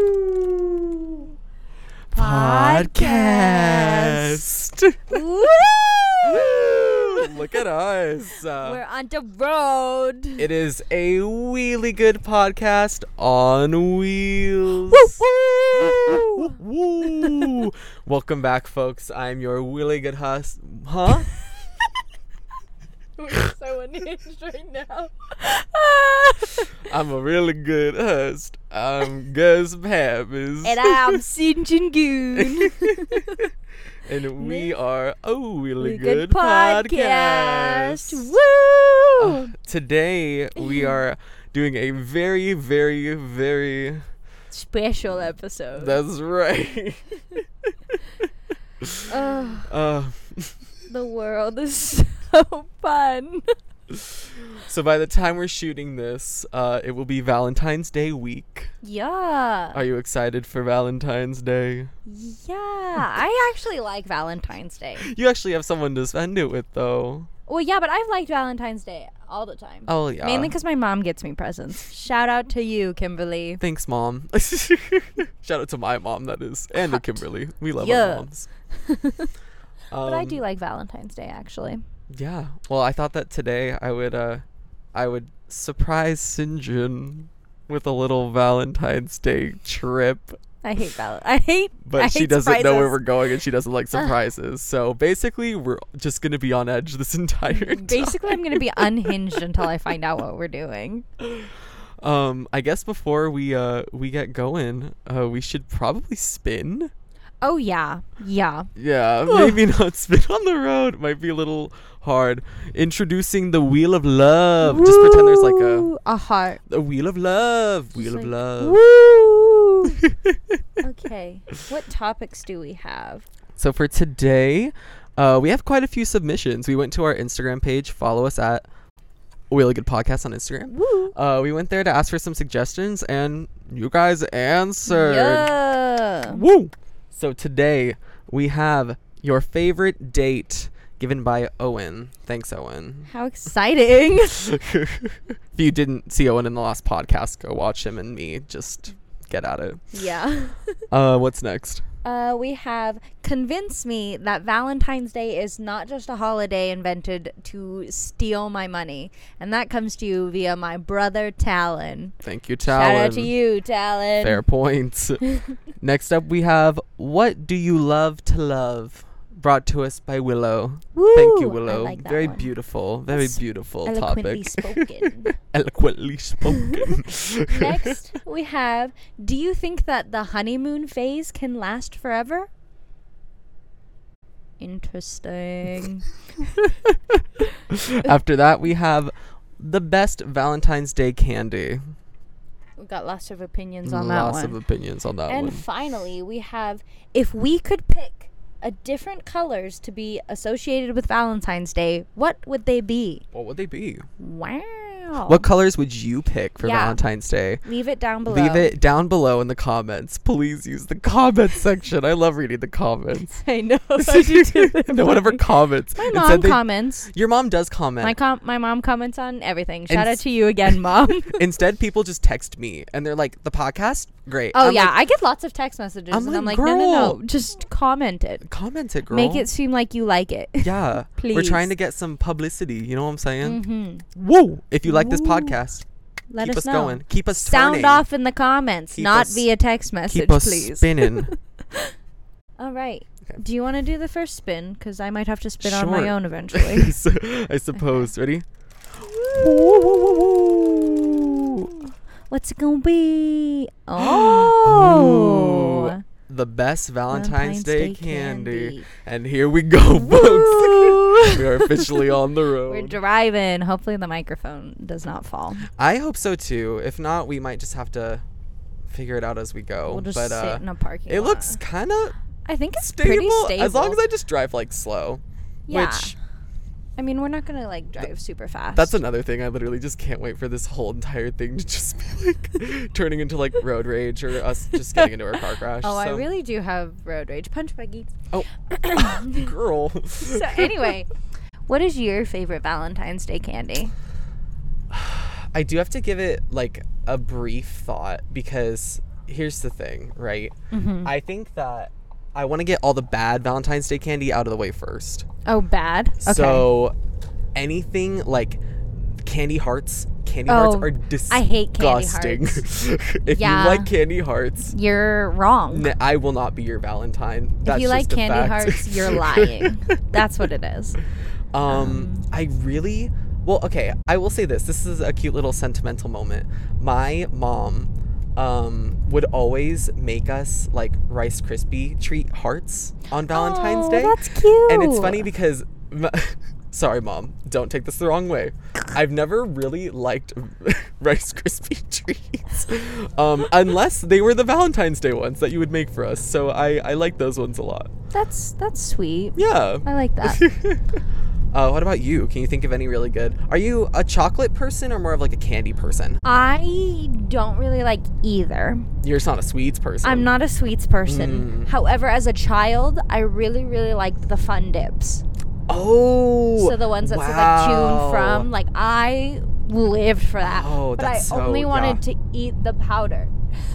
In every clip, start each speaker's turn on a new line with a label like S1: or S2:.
S1: Woo-hoo-hoo. Podcast.
S2: Woo!
S1: Woo. Look at us. Uh,
S2: We're on the road.
S1: it is a really good podcast on wheels.
S2: Woo!
S1: Woo. Welcome back, folks. I'm your really good host. Huh?
S2: We're so unhinged right now.
S1: I'm a really good host. I'm Gus Pappas.
S2: and I'm Sin Jin Goon.
S1: And we are a really
S2: We
S1: good, podcast. Ah.
S2: Woo!
S1: Today we are doing a very, very, very.
S2: Special episode.
S1: That's right.
S2: Ugh,
S1: Uh,
S2: the world is so fun.
S1: so by the time we're shooting this, uh, it will be Valentine's Day week.
S2: Yeah.
S1: Are you excited for Valentine's Day?
S2: Yeah. I actually like Valentine's Day.
S1: You actually have someone to spend it with, though.
S2: Well, yeah, but I've liked Valentine's Day all the time.
S1: Oh yeah.
S2: Mainly because my mom gets me presents. Shout out to you, Kimberly.
S1: Thanks, mom. Shout out to my mom, that is, and to
S2: Hot.
S1: Kimberly. We love
S2: Yeah.
S1: our moms.
S2: But I
S1: Um,
S2: do like Valentine's Day actually.
S1: Yeah. Well, I thought that today I would uh I would surprise Sinjin with a little Valentine's Day trip.
S2: I hate Val. I hate.
S1: But
S2: I
S1: she
S2: hate
S1: doesn't know where we're
S2: surprises.
S1: going and she doesn't like surprises. so basically we're just gonna be on edge this entire time.
S2: Basically, I'm gonna be unhinged until I find out what we're doing.
S1: Um I guess before we uh we get going, uh we should probably spin.
S2: Oh yeah, yeah.
S1: Yeah, maybe not spin on the road. Might be a little hard. Introducing the wheel of love. Uh, Just pretend there's like a Uh,
S2: Woo! a heart.
S1: the wheel of love. Wheel
S2: Just
S1: of
S2: like,
S1: love.
S2: Woo! okay. What topics do we have?
S1: So for today, uh, we have quite a few submissions. We went to our Instagram page. Follow us at Really Good Podcast on Instagram.
S2: Woo!
S1: Uh, we went there to ask for some suggestions, and you guys answered.
S2: Yeah.
S1: Woo! So today we have your favorite date given by Owen. Thanks, Owen.
S2: How exciting!
S1: if you didn't see Owen in the last podcast, go watch him and me. Just get at it.
S2: yeah.
S1: Uh, what's next?
S2: Uh, we have convince me that Valentine's Day is not just a holiday invented to steal my money, and that comes to you via my brother Talon.
S1: Thank you,
S2: Shout
S1: Talon.
S2: out to you, Talon.
S1: Fair points. Next up, we have What Do You Love to Love? Brought to us by Willow. Thank you,
S2: Woo! I
S1: Willow.
S2: like that
S1: Very
S2: one.
S1: beautiful. Very
S2: That's
S1: beautiful
S2: Eloquently
S1: topic.
S2: spoken.
S1: Eloquently spoken.
S2: Next, we have Do you think that the honeymoon phase can last forever? Interesting.
S1: After that, we have the best Valentine's Day candy.
S2: We've got lots of opinions on that
S1: Lots
S2: one.
S1: of opinions on that
S2: And
S1: one.
S2: finally, we have if we could pick a different colors to be associated with Valentine's Day, what would they be?
S1: What would they be?
S2: Wow.
S1: What colors would you pick for
S2: Oh. Yeah.
S1: Valentine's Day?
S2: Leave it down below.
S1: Leave it down below in the comments. Please use the comment section. I love reading the comments.
S2: Oh, I know.
S1: no one ever comments.
S2: My
S1: It said
S2: mom
S1: they-
S2: comments.
S1: Your mom does comment.
S2: My com- my mom comments on everything. Shout out
S1: s-
S2: to you again, mom.
S1: Instead, people just text me and they're like, "The podcast, great."
S2: Oh
S1: I'm
S2: yeah,
S1: like,
S2: I get lots of text messages,
S1: I'm
S2: and I'm
S1: like,
S2: like, no, no,
S1: "Girl."
S2: no, just comment it.
S1: comment it, girl.
S2: Make it seem like you like it.
S1: Yeah, we're
S2: Please.
S1: trying to get some publicity. You know what I'm saying?
S2: hmm
S1: Whoa! If you like this
S2: Woo.
S1: podcast,
S2: Let
S1: keep
S2: us
S1: us
S2: know.
S1: going. Keep us
S2: Sound
S1: turning.
S2: off in the comments,
S1: Keep
S2: not
S1: us-
S2: via text message,
S1: Keep us
S2: please.
S1: spinning.
S2: All right.
S1: Okay.
S2: Do you want to do the first spin? Because I might have to spin on
S1: Sure.
S2: my own eventually.
S1: So, I suppose. Ready?
S2: What's it gonna be? Oh,
S1: The best Valentine's,
S2: Valentine's
S1: Day,
S2: Day
S1: candy.
S2: candy.
S1: And here we go, folks. we are officially on the
S2: we're
S1: road.
S2: driving. Hopefully, the microphone does not fall.
S1: I hope so too. If not, we might just have to figure it out as we go.
S2: We'll just
S1: but
S2: sit
S1: uh,
S2: in a parking.
S1: it
S2: lot.
S1: looks kind of
S2: I think it's
S1: stable,
S2: pretty stable.
S1: as long as I just drive like slow.
S2: Yeah.
S1: Which
S2: I mean, we're not gonna like drive super fast.
S1: that's another thing. I literally just can't wait for this whole entire thing to just be like turning into like road rage or us just getting into a car crash.
S2: Oh, I
S1: so-
S2: really do have road rage. Punch buggy.
S1: Oh, girl.
S2: So anyway, what is your favorite Valentine's Day candy?
S1: I do have to give it like a brief thought because here's the thing, right?
S2: Mm-hmm.
S1: I think that I want to get all the bad Valentine's Day candy out of the way first.
S2: Oh, bad. Okay.
S1: So anything like candy hearts, candy hearts
S2: Oh,
S1: are disgusting.
S2: I hate candy
S1: if
S2: Yeah.
S1: you like candy hearts,
S2: you're wrong.
S1: n- I will not be your Valentine. That's
S2: if you like
S1: just a
S2: candy
S1: fact.
S2: hearts, you're lying. That's what it is.
S1: Um, I really well. Okay, I will say this. This is a cute little sentimental moment. My mom um would always make us like Rice Krispie treat hearts on Valentine's
S2: Oh,
S1: Day.
S2: That's cute.
S1: And it's funny because, m sorry, mom, don't take this the wrong way. I've never really liked Rice Krispie treats, um, unless they were the Valentine's Day ones that you would make for us. So I, I like those ones a lot.
S2: That's that's sweet.
S1: Yeah.
S2: I like that.
S1: Uh, what about you? Can you think of any really good? Are you a chocolate person or more of like a candy person?
S2: I don't really like either.
S1: You're just not a sweets person.
S2: I'm not a sweets
S1: Mm.
S2: person. However, as a child, I really really liked the fun dips.
S1: Oh.
S2: So the ones that said like
S1: wow.
S2: tune from, like I lived for that.
S1: Oh,
S2: but
S1: that's
S2: I
S1: so-
S2: only wanted
S1: yeah.
S2: to eat the powder.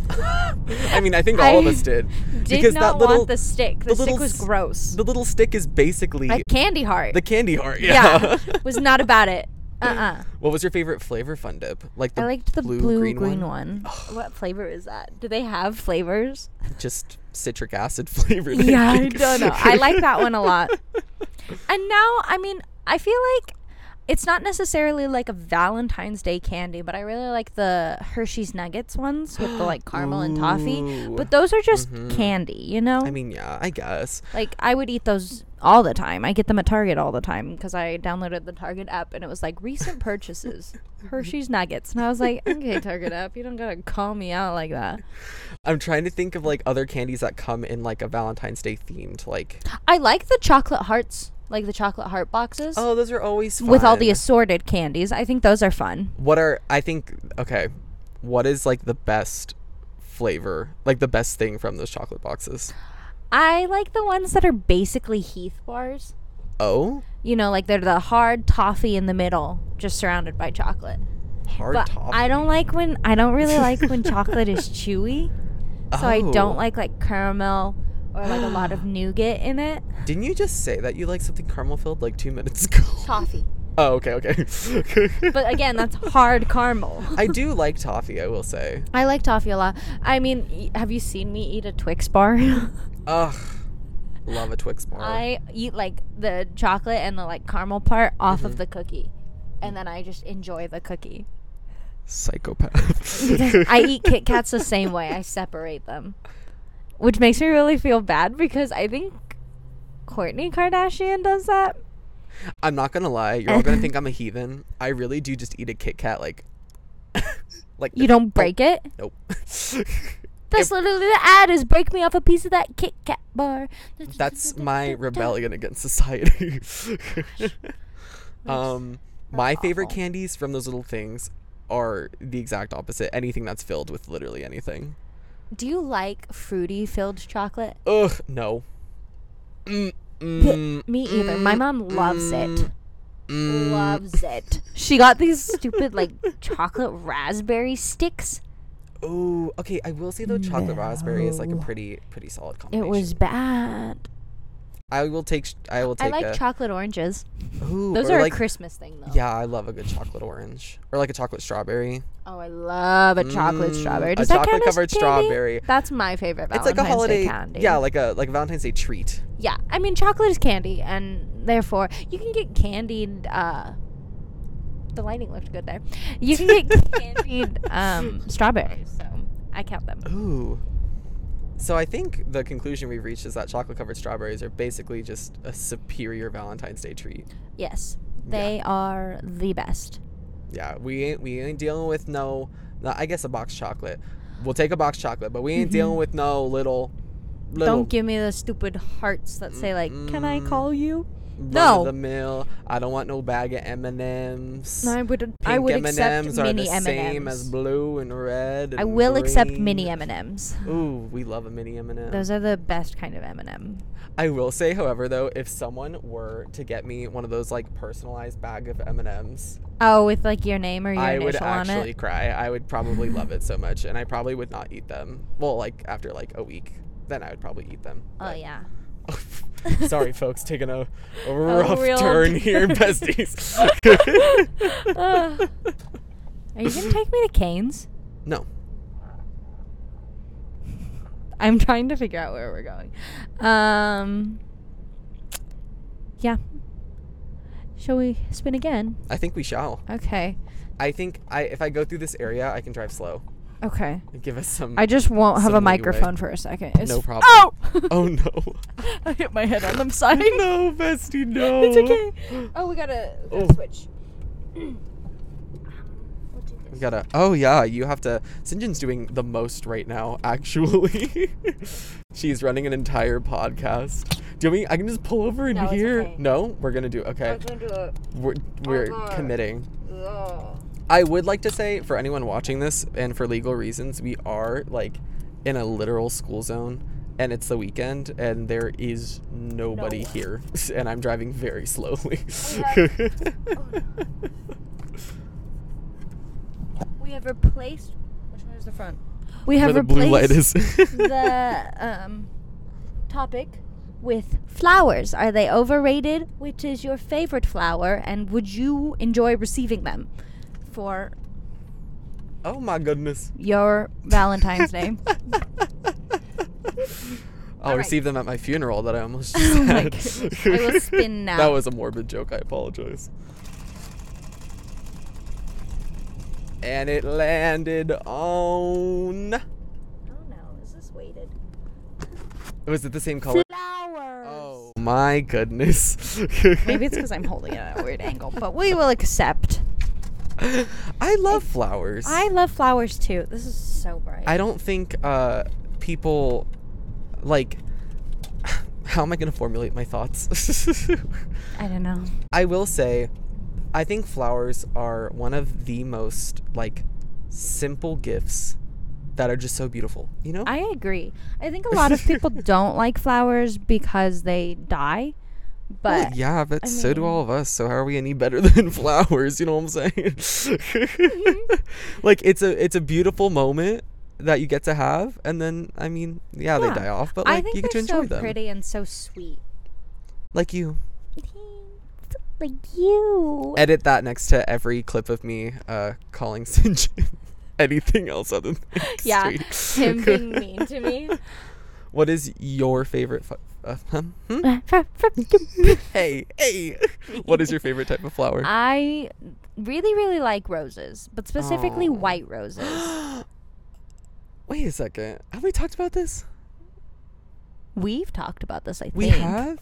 S1: I mean, I think all of
S2: I
S1: us did.
S2: Did
S1: because
S2: not
S1: that little
S2: want the stick. The,
S1: the
S2: stick
S1: little s-
S2: was gross.
S1: the little stick is basically
S2: Like candy heart.
S1: the candy heart.
S2: yeah.
S1: Yeah.
S2: was not about it. Uh uh
S1: what was your favorite flavor fun dip? Like the
S2: I liked the blue,
S1: blue,
S2: green, one. What flavor is that? Do they have flavors?
S1: just citric acid flavor.
S2: yeah, I
S1: think.
S2: don't know. I like that one a lot. And now, I mean, I feel like it's not necessarily like a Valentine's Day candy, but I really like the Hershey's Nuggets ones with the like caramel and toffee.
S1: Ooh.
S2: But those are just candy, you know?
S1: I mean, yeah, I guess.
S2: like I would eat those all the time. I get them at Target all the time because I downloaded the Target app and it was like recent purchases, Hershey's Nuggets, and I was like, okay, Target app, you don't gotta call me out like that.
S1: I'm trying to think of like other candies that come in like a Valentine's Day themed like.
S2: I like the chocolate hearts, like the chocolate heart boxes
S1: Oh, those are always fun.
S2: with all the assorted candies. I think those are fun.
S1: What are I think okay, what is like the best flavor? Like the best thing from those chocolate boxes?
S2: I like the ones that are basically Heath bars.
S1: Oh,
S2: You know, like they're the hard toffee in the middle, just surrounded by chocolate.
S1: hard
S2: But
S1: toffee.
S2: I don't like when I don't really like when chocolate is chewy. So I
S1: Oh.
S2: don't like like caramel or like a lot of nougat in it.
S1: Didn't you just say that you like something caramel filled like 2 minutes ago?
S2: Toffee.
S1: Oh, okay, okay.
S2: But again, that's hard caramel.
S1: I do like toffee, I will say.
S2: I like toffee a lot. I mean, e- have you seen me eat a Twix bar?
S1: Ugh. Love a Twix bar.
S2: I eat like the chocolate and the like caramel part off
S1: Mm-hmm.
S2: of the cookie. And then I just enjoy the cookie.
S1: Psychopath.
S2: I eat Kit Kats the same way. I separate them. Which makes me really feel bad because I think Courtney Kardashian does that.
S1: I'm not gonna lie, you're all gonna think I'm a heathen. I really do just eat a Kit Kat like like
S2: You don't break it.
S1: Nope.
S2: That's literally the ad is break me off a piece of that Kit Kat bar.
S1: That's my rebellion against society. um my favorite
S2: awful.
S1: candies from those little things are the exact opposite. Anything that's filled with literally anything.
S2: Do you like fruity filled chocolate?
S1: Ugh, no. Mm, mm,
S2: Me either. My mom loves it.
S1: mm.
S2: Loves it. She got these stupid like chocolate raspberry sticks.
S1: Oh, okay. I will say though, chocolate raspberry is like a pretty, pretty solid
S2: It
S1: combination.
S2: was bad.
S1: I will take. sh- I will
S2: I
S1: take.
S2: like
S1: a,
S2: chocolate oranges.
S1: Ooh,
S2: Those
S1: or
S2: are
S1: like,
S2: a Christmas thing though.
S1: Yeah, I love a good chocolate orange or like a chocolate strawberry.
S2: Oh, I love a chocolate
S1: Mm,
S2: strawberry.
S1: a
S2: Does that count as
S1: chocolate-covered
S2: candy?
S1: strawberry.
S2: That's my favorite Valentine's
S1: it's like a holiday.
S2: Day candy.
S1: Yeah, like a like a Valentine's Day treat.
S2: Yeah, I mean chocolate is candy, and therefore you can get candied. Uh, the lighting looked good there. You can get candied um, strawberries, so I count
S1: Uh,
S2: them.
S1: Ooh. So I think the conclusion we've reached is that chocolate covered strawberries are basically just a superior Valentine's Day treat.
S2: Yes, they are the best.
S1: Yeah, we ain't we ain't dealing with no. no, I guess a box chocolate. We'll take a box chocolate, but we ain't dealing with no little. little
S2: Mm-hmm. Don't give me the stupid hearts that say like, "Can I call you?"
S1: run
S2: No.
S1: of the mill. I don't want no bag of M and M's.
S2: I would. I
S1: Pink
S2: would
S1: M&Ms
S2: accept
S1: are
S2: mini
S1: the
S2: M
S1: same as
S2: and M's.
S1: blue and red.
S2: I
S1: and
S2: will accept
S1: green.
S2: mini M and M's.
S1: Ooh, we love a mini M and M.
S2: Those are the best kind of M&M. M and M.
S1: I will say, however, though, if someone were to get me one of those like personalized bag of M and M's,
S2: Oh, with like your name or your
S1: I
S2: initial
S1: would
S2: on
S1: actually
S2: it.
S1: cry. I would probably love it so much, and I probably would not eat them. Well, like after like a week, then I would probably eat them.
S2: Oh yeah.
S1: yeah. Sorry, folks, taking a, a rough
S2: real
S1: turn here,
S2: turn.
S1: besties.
S2: Ugh. are you gonna take me to Canes?
S1: no,
S2: I'm trying to figure out where we're going. Um. Yeah. Shall we spin again?
S1: I think we shall.
S2: Okay.
S1: I think I if I go through this area, I can drive slow.
S2: Okay.
S1: Give us some.
S2: I just won't have a
S1: Some leeway.
S2: microphone for a second. It's-
S1: no problem.
S2: Oh!
S1: Oh no.
S2: I hit my head on the side.
S1: no, bestie, no.
S2: It's okay. Oh, we gotta, we gotta
S1: Oh.
S2: switch. We'll do
S1: We
S2: this.
S1: gotta. Oh yeah, you have to. Sinjin's doing the most right now. Actually, she's running an entire podcast. Do you want me? I can just pull over in
S2: No, it's
S1: here.
S2: okay. Oh,
S1: No, we're gonna do okay.
S2: I'm gonna do a.
S1: We're we're
S2: God.
S1: committing.
S2: ugh.
S1: I would like to say for anyone watching this and for legal reasons, we are like in a literal school zone, and it's the weekend, and there is nobody
S2: one.
S1: here, and I'm driving very slowly.
S2: Oh, yeah. Oh. We have replaced. Which one is the front? We
S1: Where
S2: have
S1: the
S2: replaced
S1: blue light is.
S2: the um, topic with flowers. Are they overrated? Which is your favorite flower, and would you enjoy receiving them for
S1: oh my goodness.
S2: your Valentine's Day? Oh,
S1: I'll
S2: All right.
S1: receive them at my funeral that I almost just
S2: Oh my
S1: had.
S2: goodness. I will spin now.
S1: That was a morbid joke. I apologize. And it landed on.
S2: Oh no, is this weighted?
S1: Was it the same color?
S2: Flowers.
S1: Oh my goodness.
S2: Maybe it's because I'm holding it at a weird angle, but we will accept.
S1: I love flowers.
S2: I love flowers too. This is so bright.
S1: I don't think uh, people like. How am I going to formulate my thoughts?
S2: I don't know.
S1: I will say, I think flowers are one of the most like simple gifts that are just so beautiful. You know?
S2: I agree. I think a lot of people don't like flowers because they die,
S1: Well,
S2: but
S1: Oh, yeah, but
S2: I
S1: so do
S2: mean-
S1: all of us. So how are we any better than flowers? You know what I'm saying?
S2: Mm-hmm.
S1: like it's a it's a beautiful moment that you get to have, and then I mean, yeah,
S2: Yeah.
S1: they die off, but
S2: I
S1: like
S2: think
S1: you get to
S2: they're
S1: enjoy
S2: so
S1: them,
S2: pretty and so sweet.
S1: like you.
S2: like you.
S1: Edit that next to every clip of me uh, calling Sinjin anything else other than
S2: yeah,
S1: sweet.
S2: him being mean to me.
S1: What is your favorite? Fu- uh, huh? Hmm? hey, hey! What is your favorite type of flower?
S2: I really, really like roses, but specifically
S1: Oh.
S2: white roses.
S1: Wait a second. Have we talked about this?
S2: We've talked about this, I think.
S1: We have,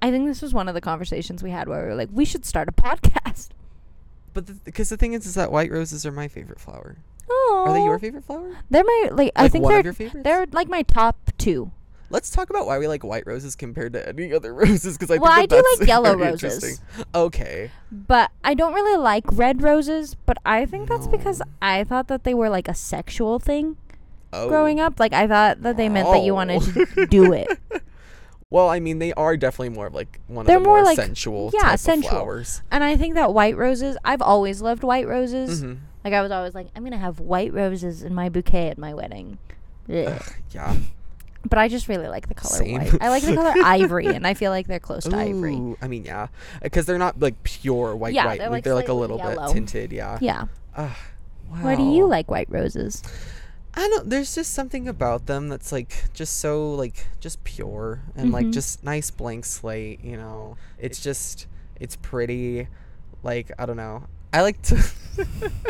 S2: I think this was one of the conversations we had where we were like, we should start a podcast.
S1: but because the, thing is, is that white roses are my favorite flower.
S2: Oh,
S1: Are they your favorite flower?
S2: They're my like. I
S1: Like,
S2: think
S1: one of
S2: they're
S1: your favorites?
S2: they're like my top two.
S1: Let's talk about why we like white roses compared to any other roses. Because I
S2: Well, I
S1: think
S2: do
S1: that that's
S2: like yellow
S1: very
S2: roses.
S1: interesting. Okay.
S2: But I don't really like red roses. But I think that's because
S1: No.
S2: I thought that they were like a sexual thing
S1: Oh.
S2: growing up. Like I thought that they meant that you wanted to
S1: Oh.
S2: do it.
S1: Well, I mean, they are definitely more of like one
S2: They're
S1: of the
S2: more
S1: more,
S2: like-
S1: sensual,
S2: yeah,
S1: type of
S2: sensual.
S1: flowers.
S2: And I think that white roses. I've always loved white roses.
S1: Mhm.
S2: Like I was always like, I'm gonna have white roses in my bouquet at my wedding. Blech.
S1: Yeah.
S2: But I just really like the color
S1: Same.
S2: white. I like the color ivory, and I feel like they're close to ivory.
S1: Ooh, I mean, yeah, because they're not like pure white.
S2: Yeah,
S1: white.
S2: they're,
S1: They're
S2: like,
S1: like, they're like a
S2: slightly
S1: little
S2: yellow.
S1: bit tinted. Yeah.
S2: Yeah.
S1: Ugh, wow.
S2: Why do you like white roses?
S1: I don't. There's just something about them that's like just so like just pure and like
S2: Mhm.
S1: just nice blank slate. You know, it's just it's pretty. Like I don't know. I like to.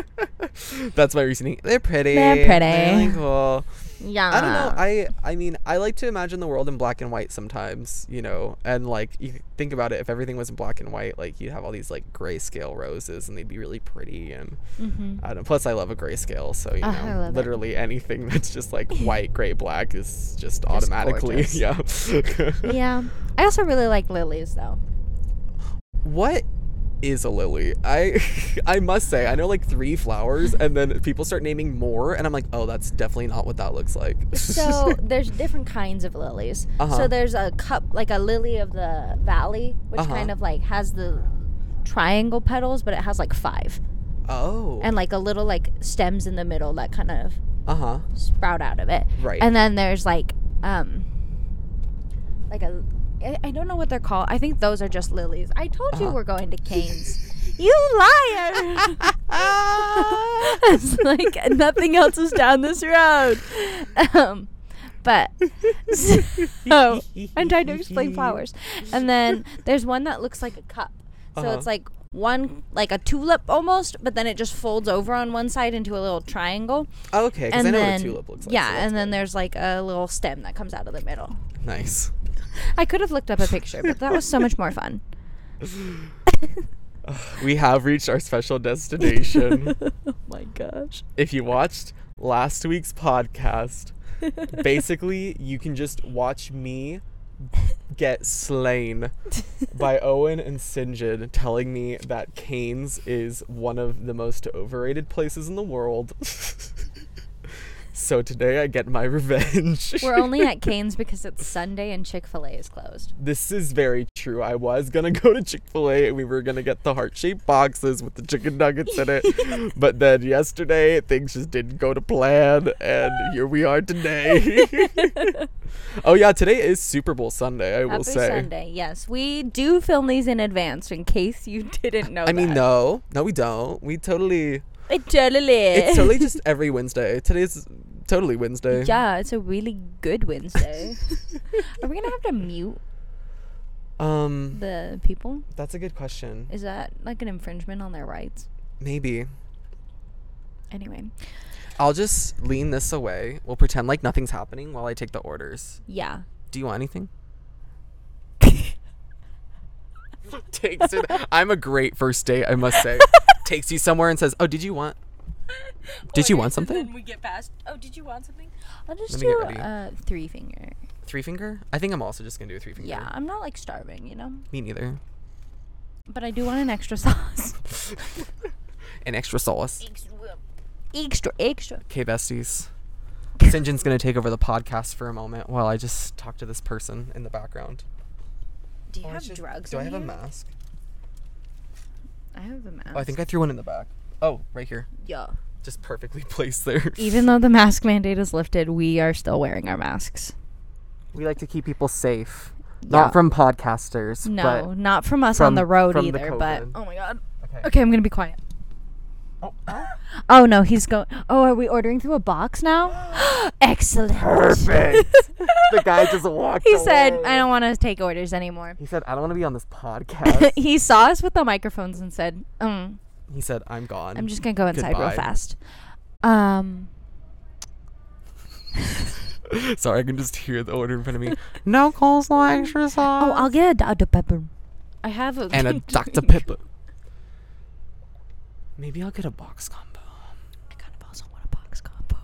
S1: that's my reasoning. They're pretty. They're
S2: pretty.
S1: really cool.
S2: Yeah.
S1: I don't know. I I mean, I like to imagine the world in black and white sometimes, you know. And like you think about it, if everything was in black and white, like you'd have all these like grayscale roses, and they'd be really pretty. And
S2: mm-hmm.
S1: I don't. Plus, I love a grayscale, so you
S2: Oh, I
S1: know,
S2: love it.
S1: literally anything that's just like white, gray, black is just automatically,
S2: gorgeous.
S1: yeah.
S2: yeah. I also really like lilies though.
S1: What is a lily? I I must say, I know like three flowers, and then people start naming more, and I'm like, oh, that's definitely not what that looks like.
S2: So there's different kinds of lilies.
S1: Uh-huh.
S2: So there's a cup like a lily of the valley, which
S1: Uh-huh.
S2: kind of like has the triangle petals, but it has like five
S1: Oh.
S2: and like a little like stems in the middle that kind of
S1: uh huh.
S2: sprout out of it.
S1: Right.
S2: And then there's like um like a I- I don't know what they're called. I think those are just lilies. I told you
S1: Uh-huh.
S2: we're going to Canes. you liar. it's like nothing else is down this road. Um but so I'm trying to explain flowers. And then there's one that looks like a cup. So
S1: Uh-huh.
S2: it's like one like a tulip almost, but then it just folds over on one side into a little triangle.
S1: okay, because
S2: And
S1: I know
S2: then
S1: what a tulip looks like. so
S2: yeah,
S1: that's
S2: and then there's like a little stem that comes out of the middle.
S1: nice.
S2: I could have looked up a picture, but that was so much more fun.
S1: We have reached our special destination.
S2: oh my gosh.
S1: if you watched last week's podcast, basically you can just watch me get slain by Owen and Sinjin telling me that Canes is one of the most overrated places in the world. so today I get my revenge.
S2: We're only at Canes because it's Sunday and Chick Fil A is closed.
S1: this is very true. I was gonna go to Chick Fil A and we were gonna get the heart shaped boxes with the chicken nuggets in it, but then yesterday things just didn't go to plan, and here we are today. oh yeah, today is Super Bowl Sunday. I will
S2: Happy
S1: say.
S2: Sunday. Yes, we do film these in advance in case you didn't know.
S1: I mean,
S2: that.
S1: no, no, we don't. We totally.
S2: It totally.
S1: It's totally just every Wednesday. Today's totally Wednesday.
S2: Yeah, it's a really good Wednesday. Are we gonna have to mute
S1: Um,
S2: the people?
S1: that's a good question.
S2: Is that like an infringement on their rights?
S1: Maybe.
S2: Anyway,
S1: I'll just lean this away. We'll pretend like nothing's happening while I take the orders.
S2: yeah.
S1: Do you want anything? Takes it. I'm a great first date, I must say. Takes you somewhere and says, "Oh, did you want? Did
S2: Oh,
S1: you want something?
S2: we get past. Oh, did you want something? I'll just
S1: Let me
S2: do
S1: get ready.
S2: uh, three finger.
S1: Three finger? I think I'm also just gonna do a three finger.
S2: Yeah, I'm not like starving, you know.
S1: Me neither.
S2: But I do want an extra sauce.
S1: An extra sauce.
S2: extra, extra.
S1: Okay, besties. Sinjin's gonna take over the podcast for a moment while I just talk to this person in the background.
S2: Do you
S1: Oh, I
S2: have
S1: should-
S2: drugs?
S1: Do I
S2: on
S1: have a
S2: you?
S1: mask?
S2: I have a mask.
S1: Oh, I think I threw one in the back. Oh, right here.
S2: yeah.
S1: Just perfectly placed there.
S2: Even though the mask mandate is lifted, we are still wearing our masks.
S1: we like to keep people safe,
S2: Yeah.
S1: not from podcasters.
S2: No,
S1: but
S2: not from us on
S1: from-
S2: the road
S1: from the
S2: either. but
S1: COVID.
S2: oh my god.
S1: Okay.
S2: Okay, I'm gonna be quiet.
S1: Oh,
S2: Oh no, he's going. Oh, are we ordering through a box now? Excellent.
S1: perfect. the guy just walked.
S2: He said,
S1: away.
S2: "I don't want to take orders anymore."
S1: He said, "I don't want to be on this podcast."
S2: he saw us with the microphones and said, mm,
S1: he said, "I'm gone."
S2: "I'm just gonna go inside
S1: Mm, Goodbye.
S2: real fast." Um.
S1: Sorry, I can just hear the order in front of me. no coleslaw, extra sauce.
S2: Oh, I'll get a Dr Pepper. I have a
S1: and a Dr Pepper. Maybe I'll get a box combo.
S2: I kind of also want a box combo.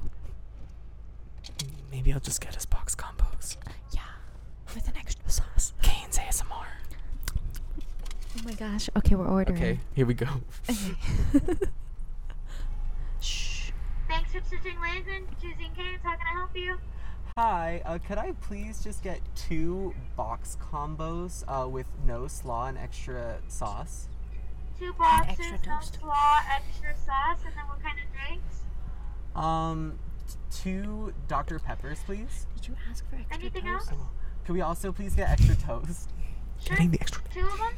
S1: Maybe I'll just get his box combos.
S2: Yeah, with an extra sauce.
S1: Kane's ASMR.
S2: Oh my gosh. Okay, we're ordering.
S1: Okay, here we go.
S2: Shh.
S3: Thanks for switching lanes and choosing Canes. How can I help you?
S1: Hi, uh, could I please just get two box combos uh, with no slaw and extra sauce?
S3: Two boxes,
S2: extra
S3: no
S2: toast.
S3: slaw, extra sauce, and then what kind of drinks?
S1: Um, t- two Dr Peppers, please.
S2: Did you ask for extra?
S3: Anything
S2: toast?
S3: else?
S1: Could we also please get extra toast?
S3: Sure.
S1: the extra.
S3: Two of them.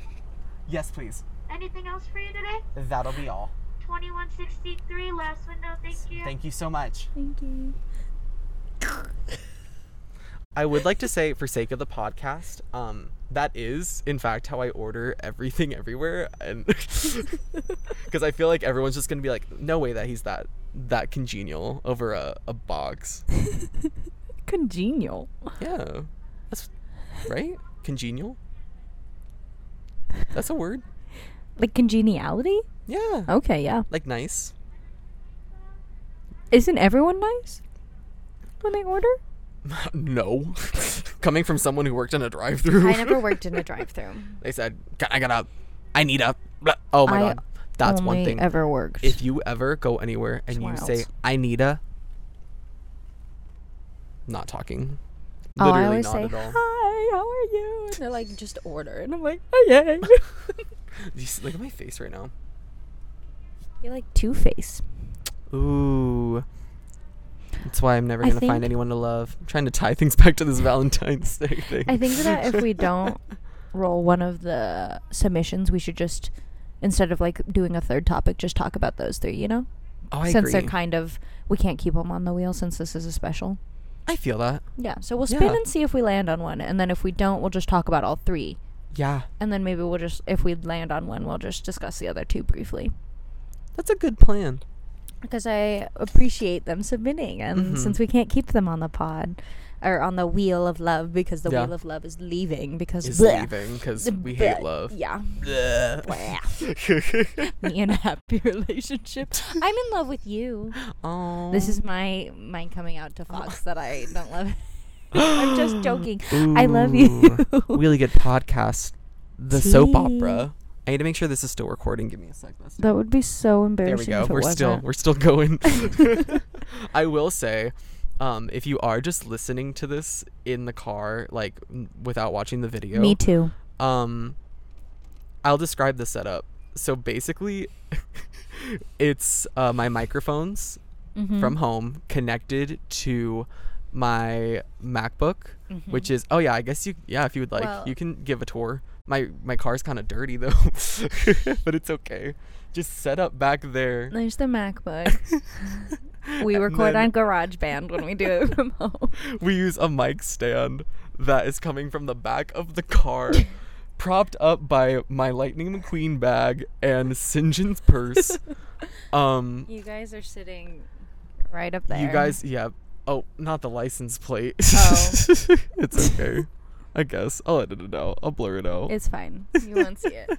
S1: Yes, please.
S3: Anything else for you today?
S1: That'll be all.
S3: 2163 last window. Thank you.
S1: Thank you so much.
S2: Thank you.
S1: I would like to say, for sake of the podcast, um, that is, in fact, how I order everything everywhere, and because I feel like everyone's just gonna be like, no way that he's that that congenial over a, a box.
S2: Congenial.
S1: Yeah, that's right. Congenial. That's a word.
S2: Like congeniality?
S1: Yeah,
S2: Okay, yeah.
S1: like nice.
S2: Isn't everyone nice when they order?
S1: no, coming from someone who worked in a drive-through.
S2: I never worked in a drive-through.
S1: They said, "Can I get up? I need up." Oh my
S2: I
S1: god, that's one
S2: Only
S1: thing.
S2: Ever worked?
S1: if you ever go anywhere and
S2: Somewhere
S1: you say
S2: else.
S1: I need a not talking.
S2: Oh,
S1: Literally
S2: I always
S1: not
S2: say
S1: at all.
S2: hi. How are you? And they're like, just order, and I'm like, okay.
S1: You see, look at my face right now.
S2: You're like Two Face.
S1: Ooh. That's why I'm never
S2: I
S1: gonna find
S2: think-
S1: anyone to love. I'm trying to tie things back to this Valentine's Day thing.
S2: I think that if we don't roll one of the submissions, we should just instead of like doing a third topic, just talk about those three. You know,
S1: oh, I
S2: since
S1: agree.
S2: they're kind of we can't keep them on the wheel since this is a special.
S1: I feel that.
S2: Yeah, so we'll spin
S1: Yeah.
S2: and see if we land on one, and then if we don't, we'll just talk about all three,
S1: Yeah,
S2: and then maybe we'll just if we land on one, we'll just discuss the other two briefly.
S1: that's a good plan.
S2: because I appreciate them submitting. And
S1: Mhm.
S2: since we can't keep them on the pod or on the wheel of love because the
S1: Yeah.
S2: wheel of love is leaving because
S1: Is
S2: bleh.
S1: leaving because
S2: The
S1: we hate
S2: bleh.
S1: love.
S2: Yeah.
S1: Bleh.
S2: Me in a happy relationship. I'm in love with you.
S1: Aw.
S2: This is my my coming out to Fox that I don't love. I'm just joking. I love you.
S1: Ooh, really good podcast. The soap
S2: Tea.
S1: opera. I need to make sure this is still recording. Give me a sec. That's
S2: That would be so
S1: There
S2: embarrassing.
S1: we go.
S2: If it
S1: We're still
S2: wasn't.
S1: we're still going. I will say, um, if you are just listening to this in the car, like n- without watching the video,
S2: Me too.
S1: um, I'll describe the setup. So basically, it's uh, my microphones
S2: Hmm.
S1: from home connected to my MacBook, which is oh yeah, I guess you yeah if you would like
S2: Mm-hmm. Well-
S1: you can give a tour. My my car's kind of dirty though, but it's okay. Just set up back there.
S2: There's the MacBook. we
S1: And
S2: record
S1: then-
S2: on GarageBand when we do it from home.
S1: we use a mic stand that is coming from the back of the car, propped up by my Lightning McQueen bag and St. John's purse. Um,
S2: You guys are sitting right up there.
S1: you guys, yeah. Oh, not the license plate.
S2: Oh.
S1: it's okay. I guess I'll edit it out. I'll blur it out.
S2: It's fine. You won't see it.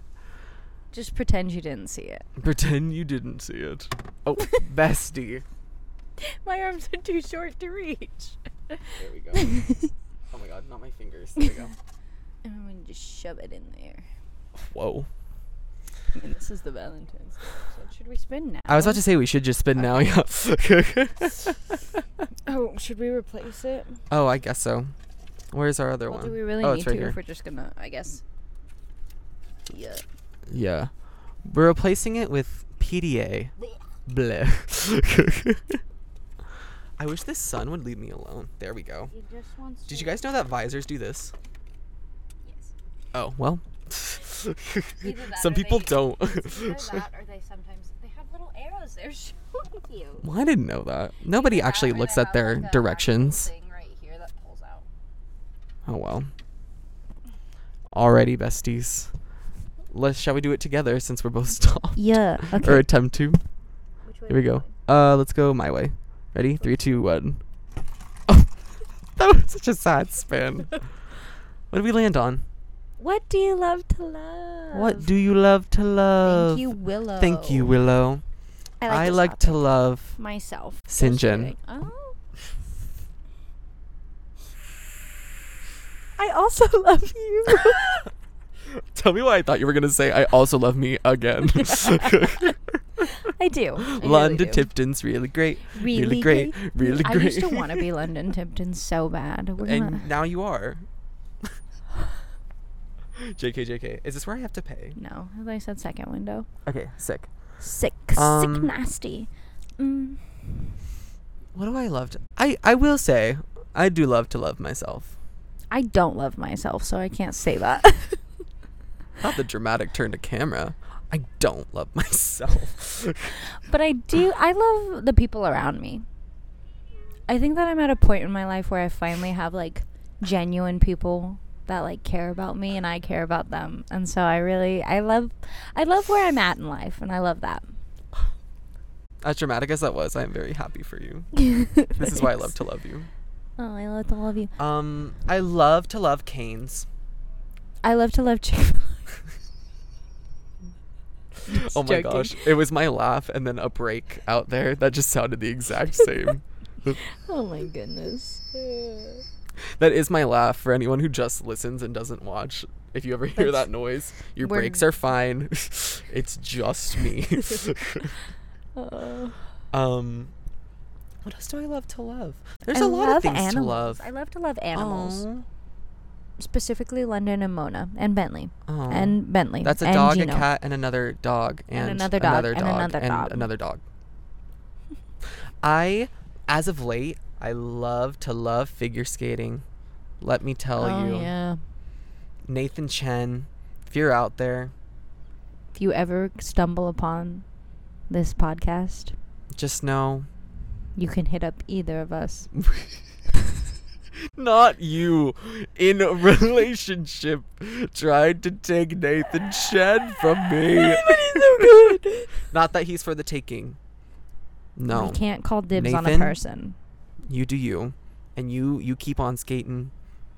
S2: Just pretend you didn't see it.
S1: Pretend you didn't see it. Oh, bestie.
S2: My arms are too short to reach.
S1: There we go. Oh my god, not my fingers. There we go.
S2: I'm gonna just shove it in there.
S1: Whoa.
S2: I mean, this is the Valentine's. Day, so should we spin now?
S1: I was about to say we should just spin now. Yeah.
S2: Oh, should we replace it?
S1: Oh, I guess so. Where's our other
S2: Well,
S1: one?
S2: do we really
S1: oh,
S2: need
S1: it's right
S2: to
S1: here.
S2: if we're just gonna? I guess. Yeah.
S1: yeah. We're replacing it with PDA. Bleh. I wish this sun would leave me alone. There we go.
S3: He just wants
S1: Did you guys know that visors do this?
S3: Yes.
S1: Oh, well.
S3: Either that
S1: Some
S3: or
S1: people
S3: they-
S1: don't.
S3: Either that or they sometimes they have little arrows there showing you.
S1: well, I didn't know that. Nobody
S3: Either that
S1: actually
S3: or they
S1: looks at
S3: have,
S1: their
S3: like, a
S1: directions.
S3: actual Thing right here that pulls out.
S1: Oh, well. Alrighty, besties. Let's, shall we do it together since we're both stopped?
S2: Yeah.
S1: Or attempt to?
S3: Which way
S1: Here we
S3: is
S1: go.
S3: mine?
S1: Uh, let's go my way. Ready? Three, two, one. Oh, that was such a sad spin. what did we land on?
S2: What do you love to love?
S1: What do you love to love?
S2: Thank you, Willow.
S1: Thank you, Willow.
S2: I like,
S1: I
S2: to,
S1: like
S2: stop
S1: to love.
S2: myself. Just
S1: St. John.
S2: kidding. Oh. I also love you.
S1: Tell me why I thought you were gonna say I also love me again.
S2: I do. I really
S1: London
S2: do.
S1: Tipton's really great, really,
S2: Really
S1: great,
S2: great?
S1: really
S2: I
S1: great.
S2: used to want to be London Tipton so bad. We're
S1: and
S2: gonna-
S1: now you are. JK, JK. Is this where I have to pay?
S2: no, as I said, second window.
S1: Okay, sick.
S2: Sick, sick,
S1: Um,
S2: nasty. Mm.
S1: What do I love to? I I will say I do love to love myself.
S2: I don't love myself, so I can't say that.
S1: Not the dramatic turn to camera. I don't love myself.
S2: but I do. I love the people around me. I think that I'm at a point in my life where I finally have like genuine people that like care about me and I care about them. And so I really I love I love where I'm at in life and I love that.
S1: as dramatic as that was, I am very happy for you. This
S2: this
S1: is why I love to love you.
S2: Oh, I love to love you.
S1: Um, I love to love canes.
S2: I love to love Chick.
S1: oh my gosh, it was my laugh and then a break out there that just sounded the exact same.
S2: Oh my goodness. Uh,
S1: that is my laugh for anyone who just listens and doesn't watch. If you ever hear
S2: That's-
S1: that noise, your
S2: we're-
S1: breaks are fine. it's just me.
S2: oh.
S1: Um, what else do I love to love? There's
S2: I
S1: a lot
S2: love
S1: of things
S2: animals.
S1: to love.
S2: I love to love animals.
S1: Aw.
S2: specifically London and Mona and Bentley
S1: Oh.
S2: and Bentley.
S1: That's a
S2: and
S1: dog,
S2: Gino.
S1: a cat, and another dog, and,
S2: And another dog, and another dog.
S1: another dog. I, as of late, I love to love figure skating. Let me tell
S2: Oh,
S1: you,
S2: yeah.
S1: Nathan Chen, if you're out there,
S2: If you ever stumble upon this podcast,
S1: just know,
S2: you can hit up either of us.
S1: not you, in a relationship, tried to take Nathan Chen from me. not that he's for the taking. No.
S2: We can't call dibs on a
S1: Nathan?
S2: person.
S1: you do you and you you keep on skating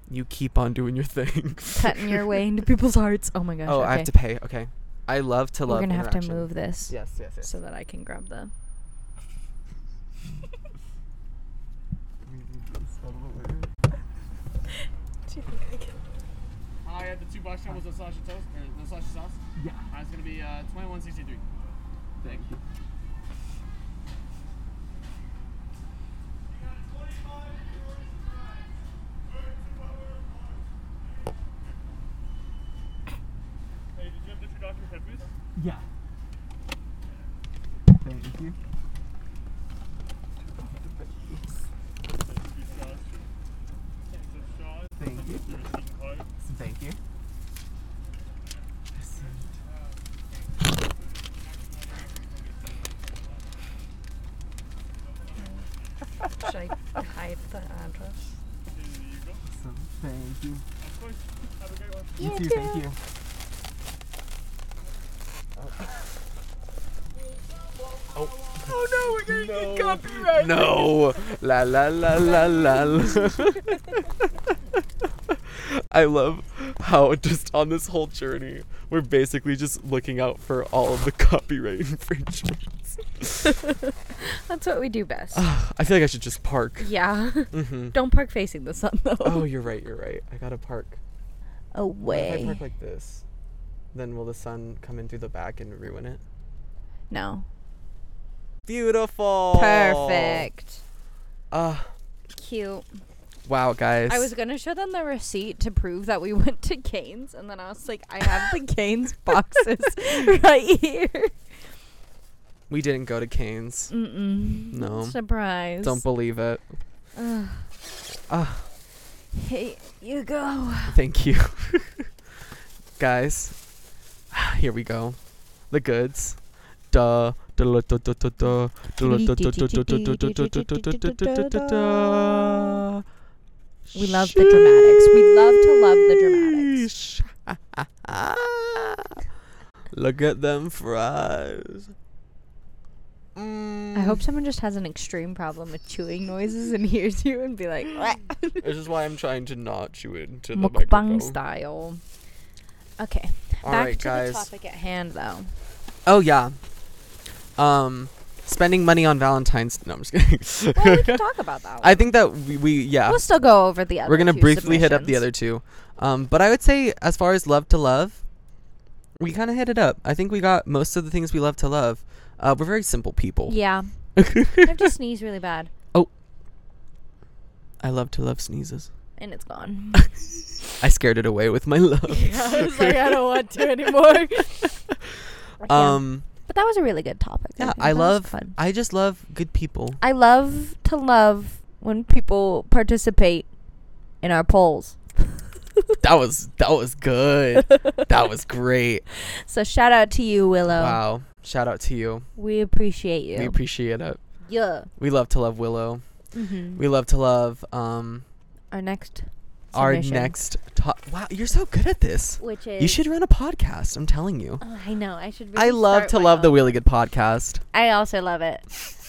S1: you keep on doing your thing
S2: Cutting your way into people's hearts. Oh my gosh.
S1: oh
S2: okay.
S1: i have to pay okay i love to love
S2: We're gonna have to
S1: interaction.
S2: move this
S1: yes yes yes
S2: so that I can grab the.
S4: I had the two box shambles of sausage toast or the sausage sauce.
S1: yeah
S4: Mine's gonna be uh, twenty one sixty three.
S1: thank you
S4: Hey, did you have this for Dr. Peppers?
S1: yeah thank you Thank you. Thank you.
S2: Should I hide the address?
S1: Awesome. Thank you.
S4: Have a great one.
S1: You, too, Thank you. Oh. oh no, we're gonna get copyright. No, la la la la la. la. I love how just on this whole journey, we're basically just looking out for all of the copyright infringements.
S2: That's what we do best.
S1: I feel like I should just park.
S2: yeah.
S1: Mm-hmm.
S2: Don't park facing the sun though.
S1: Oh, you're right. You're right. I gotta park. What If I
S2: Away.
S1: park like this, then will the sun come in through the back and ruin it?
S2: No.
S1: Beautiful.
S2: Perfect.
S1: Ah,
S2: Cute.
S1: wow, guys.
S2: I was gonna show them the receipt to prove that we went to Canes, and then I was like, I have the Canes boxes right here.
S1: We didn't go to Canes.
S2: Mm-mm.
S1: No.
S2: Surprise.
S1: Don't believe it.
S2: Ugh.
S1: Ah,
S2: Hey, you go.
S1: thank you, guys. Here we go. The goods. Duh. Duh, duh, duh, duh, duh, duh, duh, duh, duh, duh, duh, duh, duh, duh, duh, duh, duh, duh, duh, duh, duh.
S2: We love the dramatics. We love to love the dramatics.
S1: Sheesh. Look at them fries. Mm.
S2: I hope someone just has an extreme problem with chewing noises and hears you and be like,
S1: This is why I'm trying to not chew into the microphone.
S2: mukbang style. Okay,
S1: All
S2: back
S1: right,
S2: to
S1: guys.
S2: the topic at hand, though.
S1: Oh yeah. Um, spending money on Valentine's. No, I'm just kidding.
S2: Well, we can talk about that. One.
S1: I think that we, we yeah.
S2: we'll still go over the other.
S1: We're gonna
S2: few
S1: briefly hit up the
S2: submissions.
S1: other two, um, but I would say as far as love to love, we kind of hit it up. I think we got most of the things we love to love. Uh, we're very simple people.
S2: Yeah. I have to sneeze really bad,
S1: I love to love sneezes.
S2: and it's gone.
S1: I scared it away with my love.
S2: I was like, I don't want to anymore. Yeah.
S1: Um,
S2: but that was a really good topic.
S1: yeah,
S2: think
S1: I
S2: that was
S1: love.
S2: fun.
S1: I just love good people.
S2: I love to love when people participate in our polls.
S1: That was that was good. that was great.
S2: So shout out to you, Willow.
S1: Wow. Shout out to you.
S2: We appreciate you.
S1: We appreciate it.
S2: yeah.
S1: We love to love Willow.
S2: Mm-hmm.
S1: We love to love um
S2: our next.
S1: our
S2: submission,
S1: next top. Wow, you're so good at this.
S2: Which is
S1: You should run a podcast. I'm telling you.
S2: Oh, I know. I should.
S1: I
S2: really
S1: love
S2: start
S1: to
S2: my
S1: love the
S2: own.
S1: Really Good podcast.
S2: I also love it.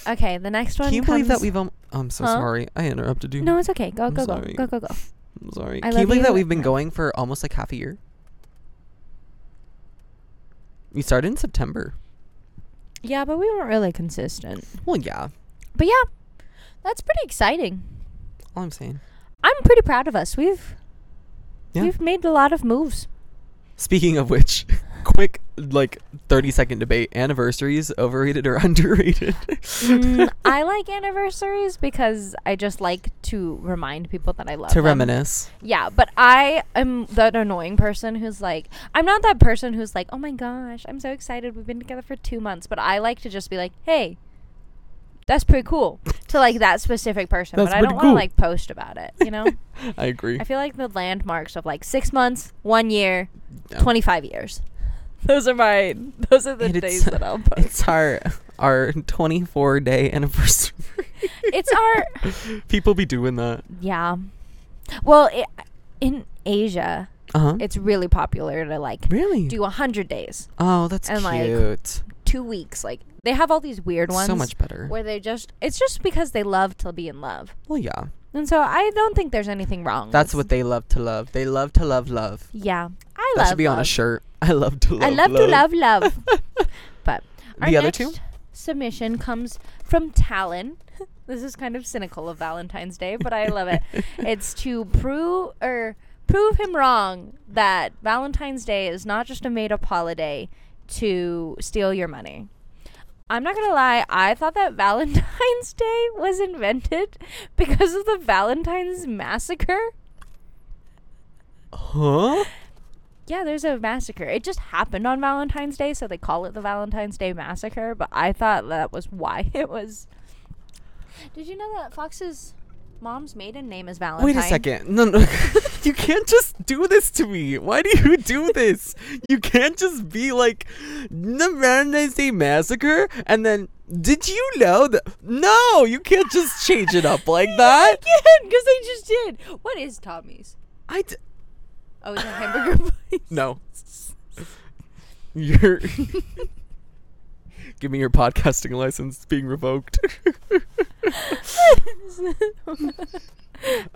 S2: Okay, the next one.
S1: Can you believe that
S2: comes-
S1: we've? Um, I'm so
S2: Huh?
S1: sorry. I interrupted you.
S2: No, it's okay. Go
S1: I'm
S2: go go
S1: sorry.
S2: go go go.
S1: I'm sorry.
S2: I
S1: Can you
S2: love
S1: believe
S2: you.
S1: that we've been going for almost like half a year? We started in September.
S2: Yeah, but we weren't really consistent.
S1: Well, yeah.
S2: But yeah, that's pretty exciting.
S1: All I'm saying.
S2: I'm pretty proud of us. We've
S1: Yeah.
S2: we've made a lot of moves.
S1: Speaking of which, quick like 30 second debate anniversaries overrated or underrated
S2: Mm, I like anniversaries because I just like to remind people that I love
S1: to
S2: them.
S1: reminisce
S2: Yeah, but I am that annoying person who's like, I'm not that person who's like, oh my gosh, I'm so excited. We've been together for two months. But I like to just be like, hey, that's pretty cool to like that specific person.
S1: That's
S2: but I don't
S1: pretty
S2: want to
S1: cool.
S2: like post about it, you know?
S1: i agree
S2: I feel like the landmarks of like six months, one year,
S1: Yeah.
S2: 25 years. Those are my, those are the
S1: And
S2: days that I'll post.
S1: it's our our 24 day anniversary
S2: It's our,
S1: people be doing that
S2: yeah. Well, it, in Asia,
S1: uh-huh
S2: it's really popular to like
S1: really
S2: do 100 days.
S1: oh that's
S2: and, like,
S1: cute
S2: two weeks. Like they have all these weird ones.
S1: so much better
S2: Where they just it's just because they love to be in love.
S1: well yeah
S2: And so I don't think there's anything wrong.
S1: that's
S2: with-
S1: what they love to love they love to love love
S2: Yeah. I
S1: that
S2: love
S1: should be on a
S2: love.
S1: shirt i love to love
S2: I love, to love love. but our
S1: The other
S2: next
S1: two?
S2: submission comes from Talon. this is kind of cynical of Valentine's Day, but I love it. it's to prove or prove him wrong that Valentine's Day is not just a made up holiday to steal your money. I'm not gonna lie, I thought that Valentine's Day was invented because of the Valentine's Massacre.
S1: huh
S2: Yeah, there's a massacre. It just happened on Valentine's Day, so they call it the Valentine's Day Massacre, but I thought that was why it was. Did you know that Fox's mom's maiden name is Valentine?
S1: Wait a second. No, no. you can't just do this to me. Why do you do this? you can't just be like, the Valentine's Day Massacre, and then, did you know that? No, you can't just change it up like that.
S2: Because I just did. What is Tommy's?
S1: I d-
S2: Oh, it's a hamburger place.
S1: no. You're. Give me your podcasting license. It's being revoked.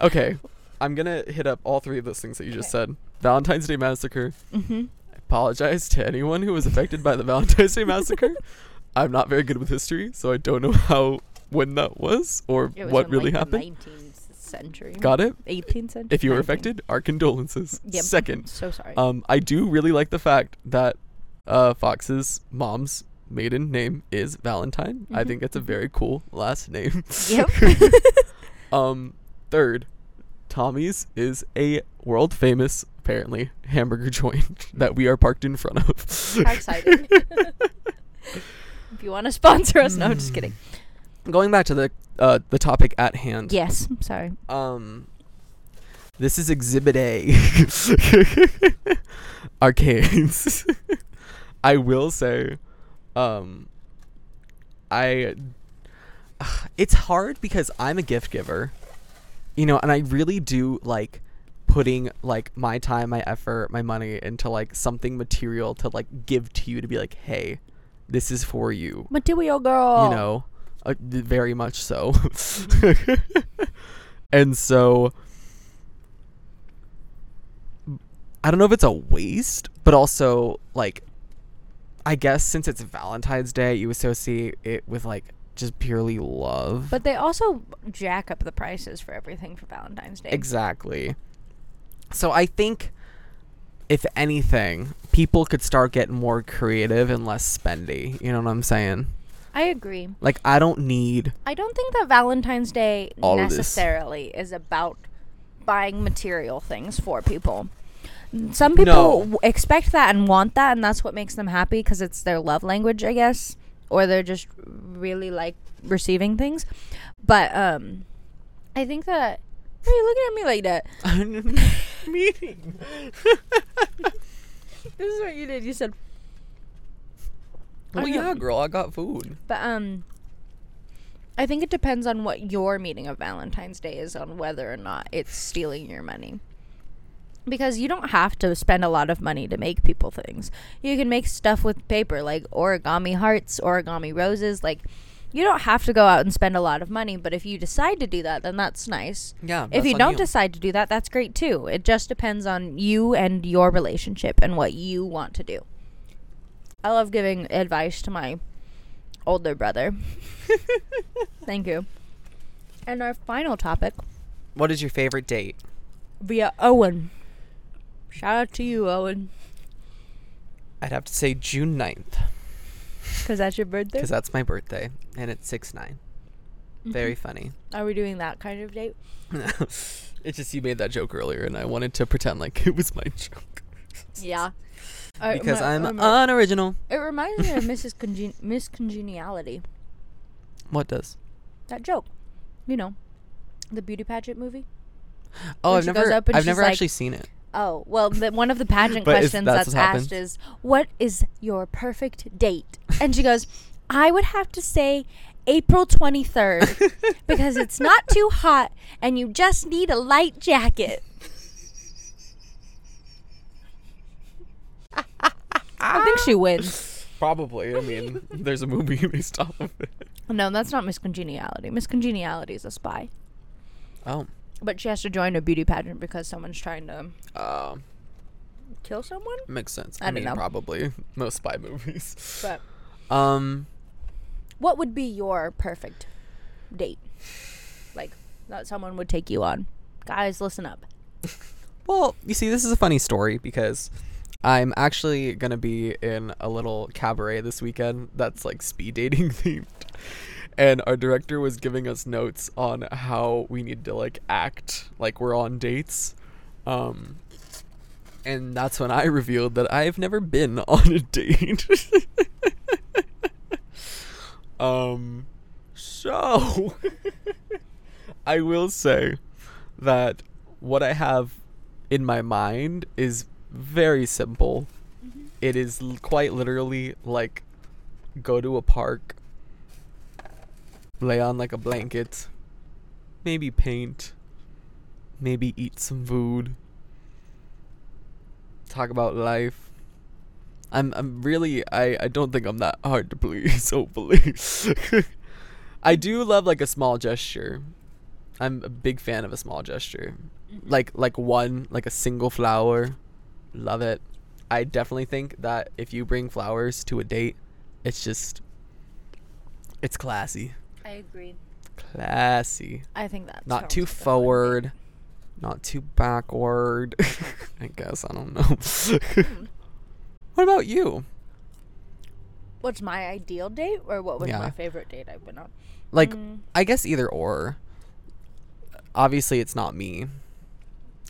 S1: okay. I'm going to hit up all three of those things that you just said Valentine's Day Massacre.
S2: mm-hmm.
S1: apologize to anyone who was affected by the Valentine's Day massacre. I'm not very good with history, so I don't know how when that was or
S2: It was
S1: what
S2: in,
S1: really
S2: like,
S1: happened.
S2: The 19th century.
S1: Got it.
S2: 18th century.
S1: If you were
S2: 19th.
S1: affected, our condolences.
S2: Yep.
S1: Second,
S2: So sorry.
S1: um, I do really like the fact that uh, Fox's mom's maiden name is Valentine. I think it's a very cool last name.
S2: yep.
S1: Um, third, Tommy's is a world famous, apparently, hamburger joint that we are parked in front of.
S2: How exciting. if you want to sponsor us. No, just kidding.
S1: going back to the uh, the topic at hand.
S2: Yes. Sorry.
S1: Um, this is Exhibit A. Arcades. I will say, um, I. It's hard because I'm a gift giver, you know, and I really do like putting like my time, my effort, my money into like something material to like give to you to be like, hey, this is for you
S2: Material girl.
S1: you know, uh, th- very much so. and so, I don't know if it's a waste, but also like, I guess since it's Valentine's Day, you associate it with like just purely love.
S2: But they also jack up the prices for everything for Valentine's Day.
S1: Exactly. So I think if anything, people could start getting more creative and less spendy. You know what I'm saying?
S2: I agree.
S1: Like I don't need
S2: I don't think that Valentine's Day
S1: All of this.
S2: necessarily is about buying material things for people. Some people w- expect that and want that, and that's what makes them happy because it's their love language, I guess, or they're just really like receiving things. But um, I think that. Why are you looking at me like that?
S1: meeting.
S2: This is what you did. You said I
S1: Well,
S2: know.
S1: yeah, girl, I got food.
S2: But um I think it depends on what your meaning of Valentine's Day is on whether or not it's stealing your money. Because you don't have to spend a lot of money to make people things. You can make stuff with paper like origami hearts, origami roses, like you don't have to go out and spend a lot of money, but if you decide to do that, then that's nice.
S1: Yeah.
S2: If you don't decide to do that, that's great too. It just depends on you and your relationship and what you want to do. I love giving advice to my older brother. Thank you. And our final topic
S1: what is your favorite date?
S2: via Owen. Shout out to you, Owen.
S1: I'd have to say June 9th
S2: Because that's your birthday. Mm-hmm.
S1: because that's my birthday and it's 6 9. Very funny.
S2: Are we doing that kind of date?
S1: it's just you made that joke earlier and I wanted to pretend like it was my joke
S2: Yeah.
S1: because I'm
S2: It,
S1: unoriginal.
S2: reminds me of Mrs. Congen- Miss Congeniality.
S1: What does?
S2: That joke. You know, the beauty pageant movie.
S1: Oh,
S2: When
S1: I've
S2: she goes
S1: never
S2: up and
S1: I've
S2: she's
S1: never
S2: like-
S1: actually seen it.
S2: Oh well, the, one of the pageant
S1: But is-
S2: questions
S1: that's
S2: that's,
S1: what
S2: asked is, "What is your perfect date?" And she goes, "I would have to say April twenty third because it's not too hot and you just need a light jacket." I think she wins.
S1: Probably. I mean, there's a movie based off of it.
S2: No, that's not Miss Congeniality. Miss Congeniality is a spy,
S1: Oh.
S2: but she has to join a beauty pageant because someone's trying to
S1: Uh,
S2: kill someone.
S1: makes sense.
S2: I don't
S1: mean,
S2: know.
S1: probably most spy movies.
S2: But
S1: Um,
S2: what would be your perfect date? Like that someone would take you on. Guys, listen up.
S1: Well, you see, this is a funny story because I'm actually gonna be in a little cabaret this weekend that's like speed dating themed. And our director was giving us notes on how we need to like act like we're on dates. Um and that's when I revealed that I've never been on a date. um so I will say that what I have in my mind is very simple. It is l- quite literally like go to a park, lay on like a blanket, maybe paint, maybe eat some food, talk about life. I'm I'm really I I don't think I'm that hard to please, hopefully. I do love like a small gesture. I'm a big fan of a small gesture. Like like one, like a single flower. Love it. I definitely think that if you bring flowers to a date, it's just it's classy.
S3: I agree.
S1: Classy.
S2: I think that's
S1: Not too forward. Not too backward. I guess I don't know. what about you?
S2: What's my ideal date or what was
S1: Yeah.
S2: my favorite date I've been on?
S1: Like
S2: Mm.
S1: I guess either or. Obviously it's not me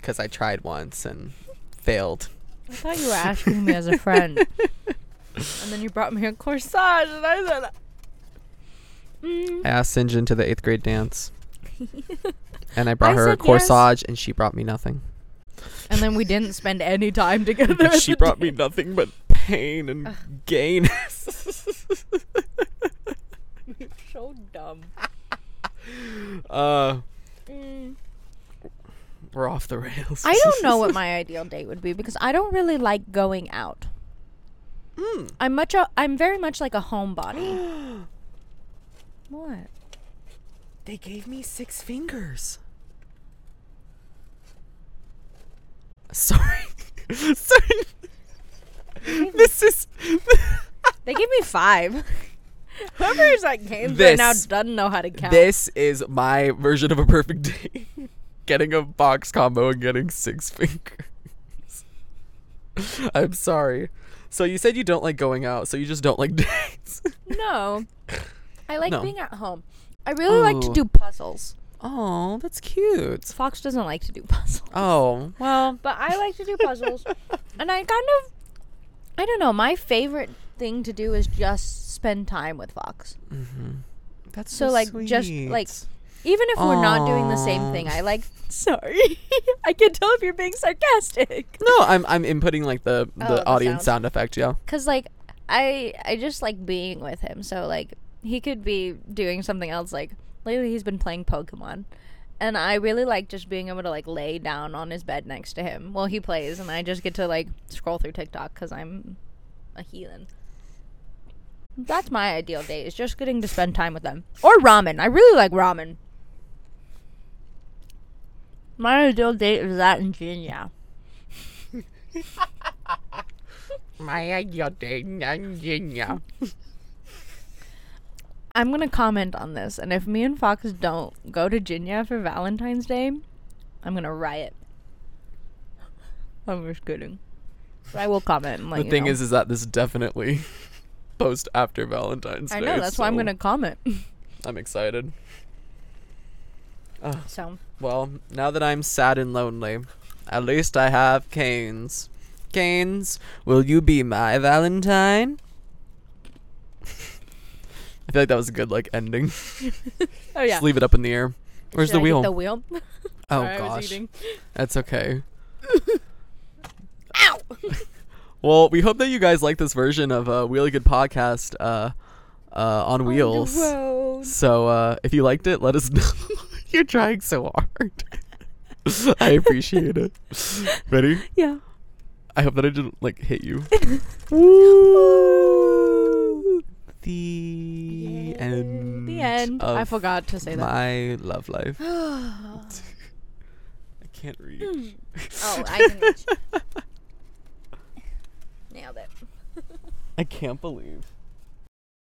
S1: cuz I tried once and failed.
S2: I thought you were asking me as a friend. and then you brought me a corsage and I said mm,
S1: I asked Sinjin to the eighth grade dance. and I brought
S2: I
S1: her a
S2: said yes.
S1: corsage, and she brought me nothing.
S2: and then we didn't spend any time together.
S1: she brought me nothing but pain and gain.
S2: so dumb.
S1: uh,
S2: Mm.
S1: we're off the rails.
S2: I don't know what my ideal date would be because I don't really like going out.
S1: Mm.
S2: I'm much. A, I'm very much like a homebody. what?
S1: They gave me six fingers. Sorry. Sorry. This is.
S2: They give me five. Whoever is at games right now
S1: This-
S2: doesn't know how to count.
S1: This is my version of a perfect day. getting a box combo and getting six fingers. I'm sorry. So you said you don't like going out, so you just don't like dates.
S2: No, I like
S1: No.
S2: being at home. I really like to
S1: Ooh.
S2: do puzzles.
S1: oh, that's cute.
S2: Fox doesn't like to do puzzles.
S1: Oh, well,
S2: but I like to do puzzles. and I kind of, I don't know. My favorite thing to do is just spend time with Fox.
S1: that's so,
S2: So, like, just, like-
S1: sweet.
S2: Even if we're not doing the
S1: Aw.
S2: same thing, I like. Sorry, I can tell if you're being sarcastic.
S1: No, I'm I'm inputting like the the,
S2: Oh, the
S1: audience
S2: sound.
S1: sound.
S2: Oh,
S1: effect, yeah.
S2: Cause like I I just like being with him. So like he could be doing something else. Like lately he's been playing Pokemon, and I really like just being able to like lay down on his bed next to him while he plays, and I just get to like scroll through TikTok because I'm a heathen. That's my ideal date. Is just getting to spend time with them or ramen. I really like ramen. My ideal date is that in Virginia.
S1: My yeah.
S2: I'm gonna comment on this, and if me and Fox don't go to Jinya for Valentine's Day, I'm gonna riot. I'm just kidding. I will comment. And let
S1: The
S2: you
S1: thing
S2: know.
S1: is, is that this definitely post after Valentine's
S2: I
S1: Day.
S2: know that's why I'm
S1: so
S2: gonna comment.
S1: I'm excited.
S2: so
S1: Well, now that I'm sad and lonely, at least I have canes. Canes, will you be my Valentine? I feel like that was a good like ending.
S2: oh yeah.
S1: Just leave it up in the air. Where's
S2: Should
S1: the
S2: I get
S1: wheel?
S2: The wheel. oh
S1: oh gosh, that's okay.
S2: Ow!
S1: Well, we hope that you guys like this version of uh, Wheelie Good Podcast uh, uh, on wheels. So uh, if you liked it, let us know. You're trying so hard. I appreciate it. Ready?
S2: Yeah.
S1: I hope that I didn't like hit you. Woo! The end.
S2: The end.
S1: Of
S2: I forgot to say that.
S1: My love life. I
S2: oh,
S1: can't
S2: Hmm.
S1: read.
S2: I can reach. Nailed it.
S1: I can't believe.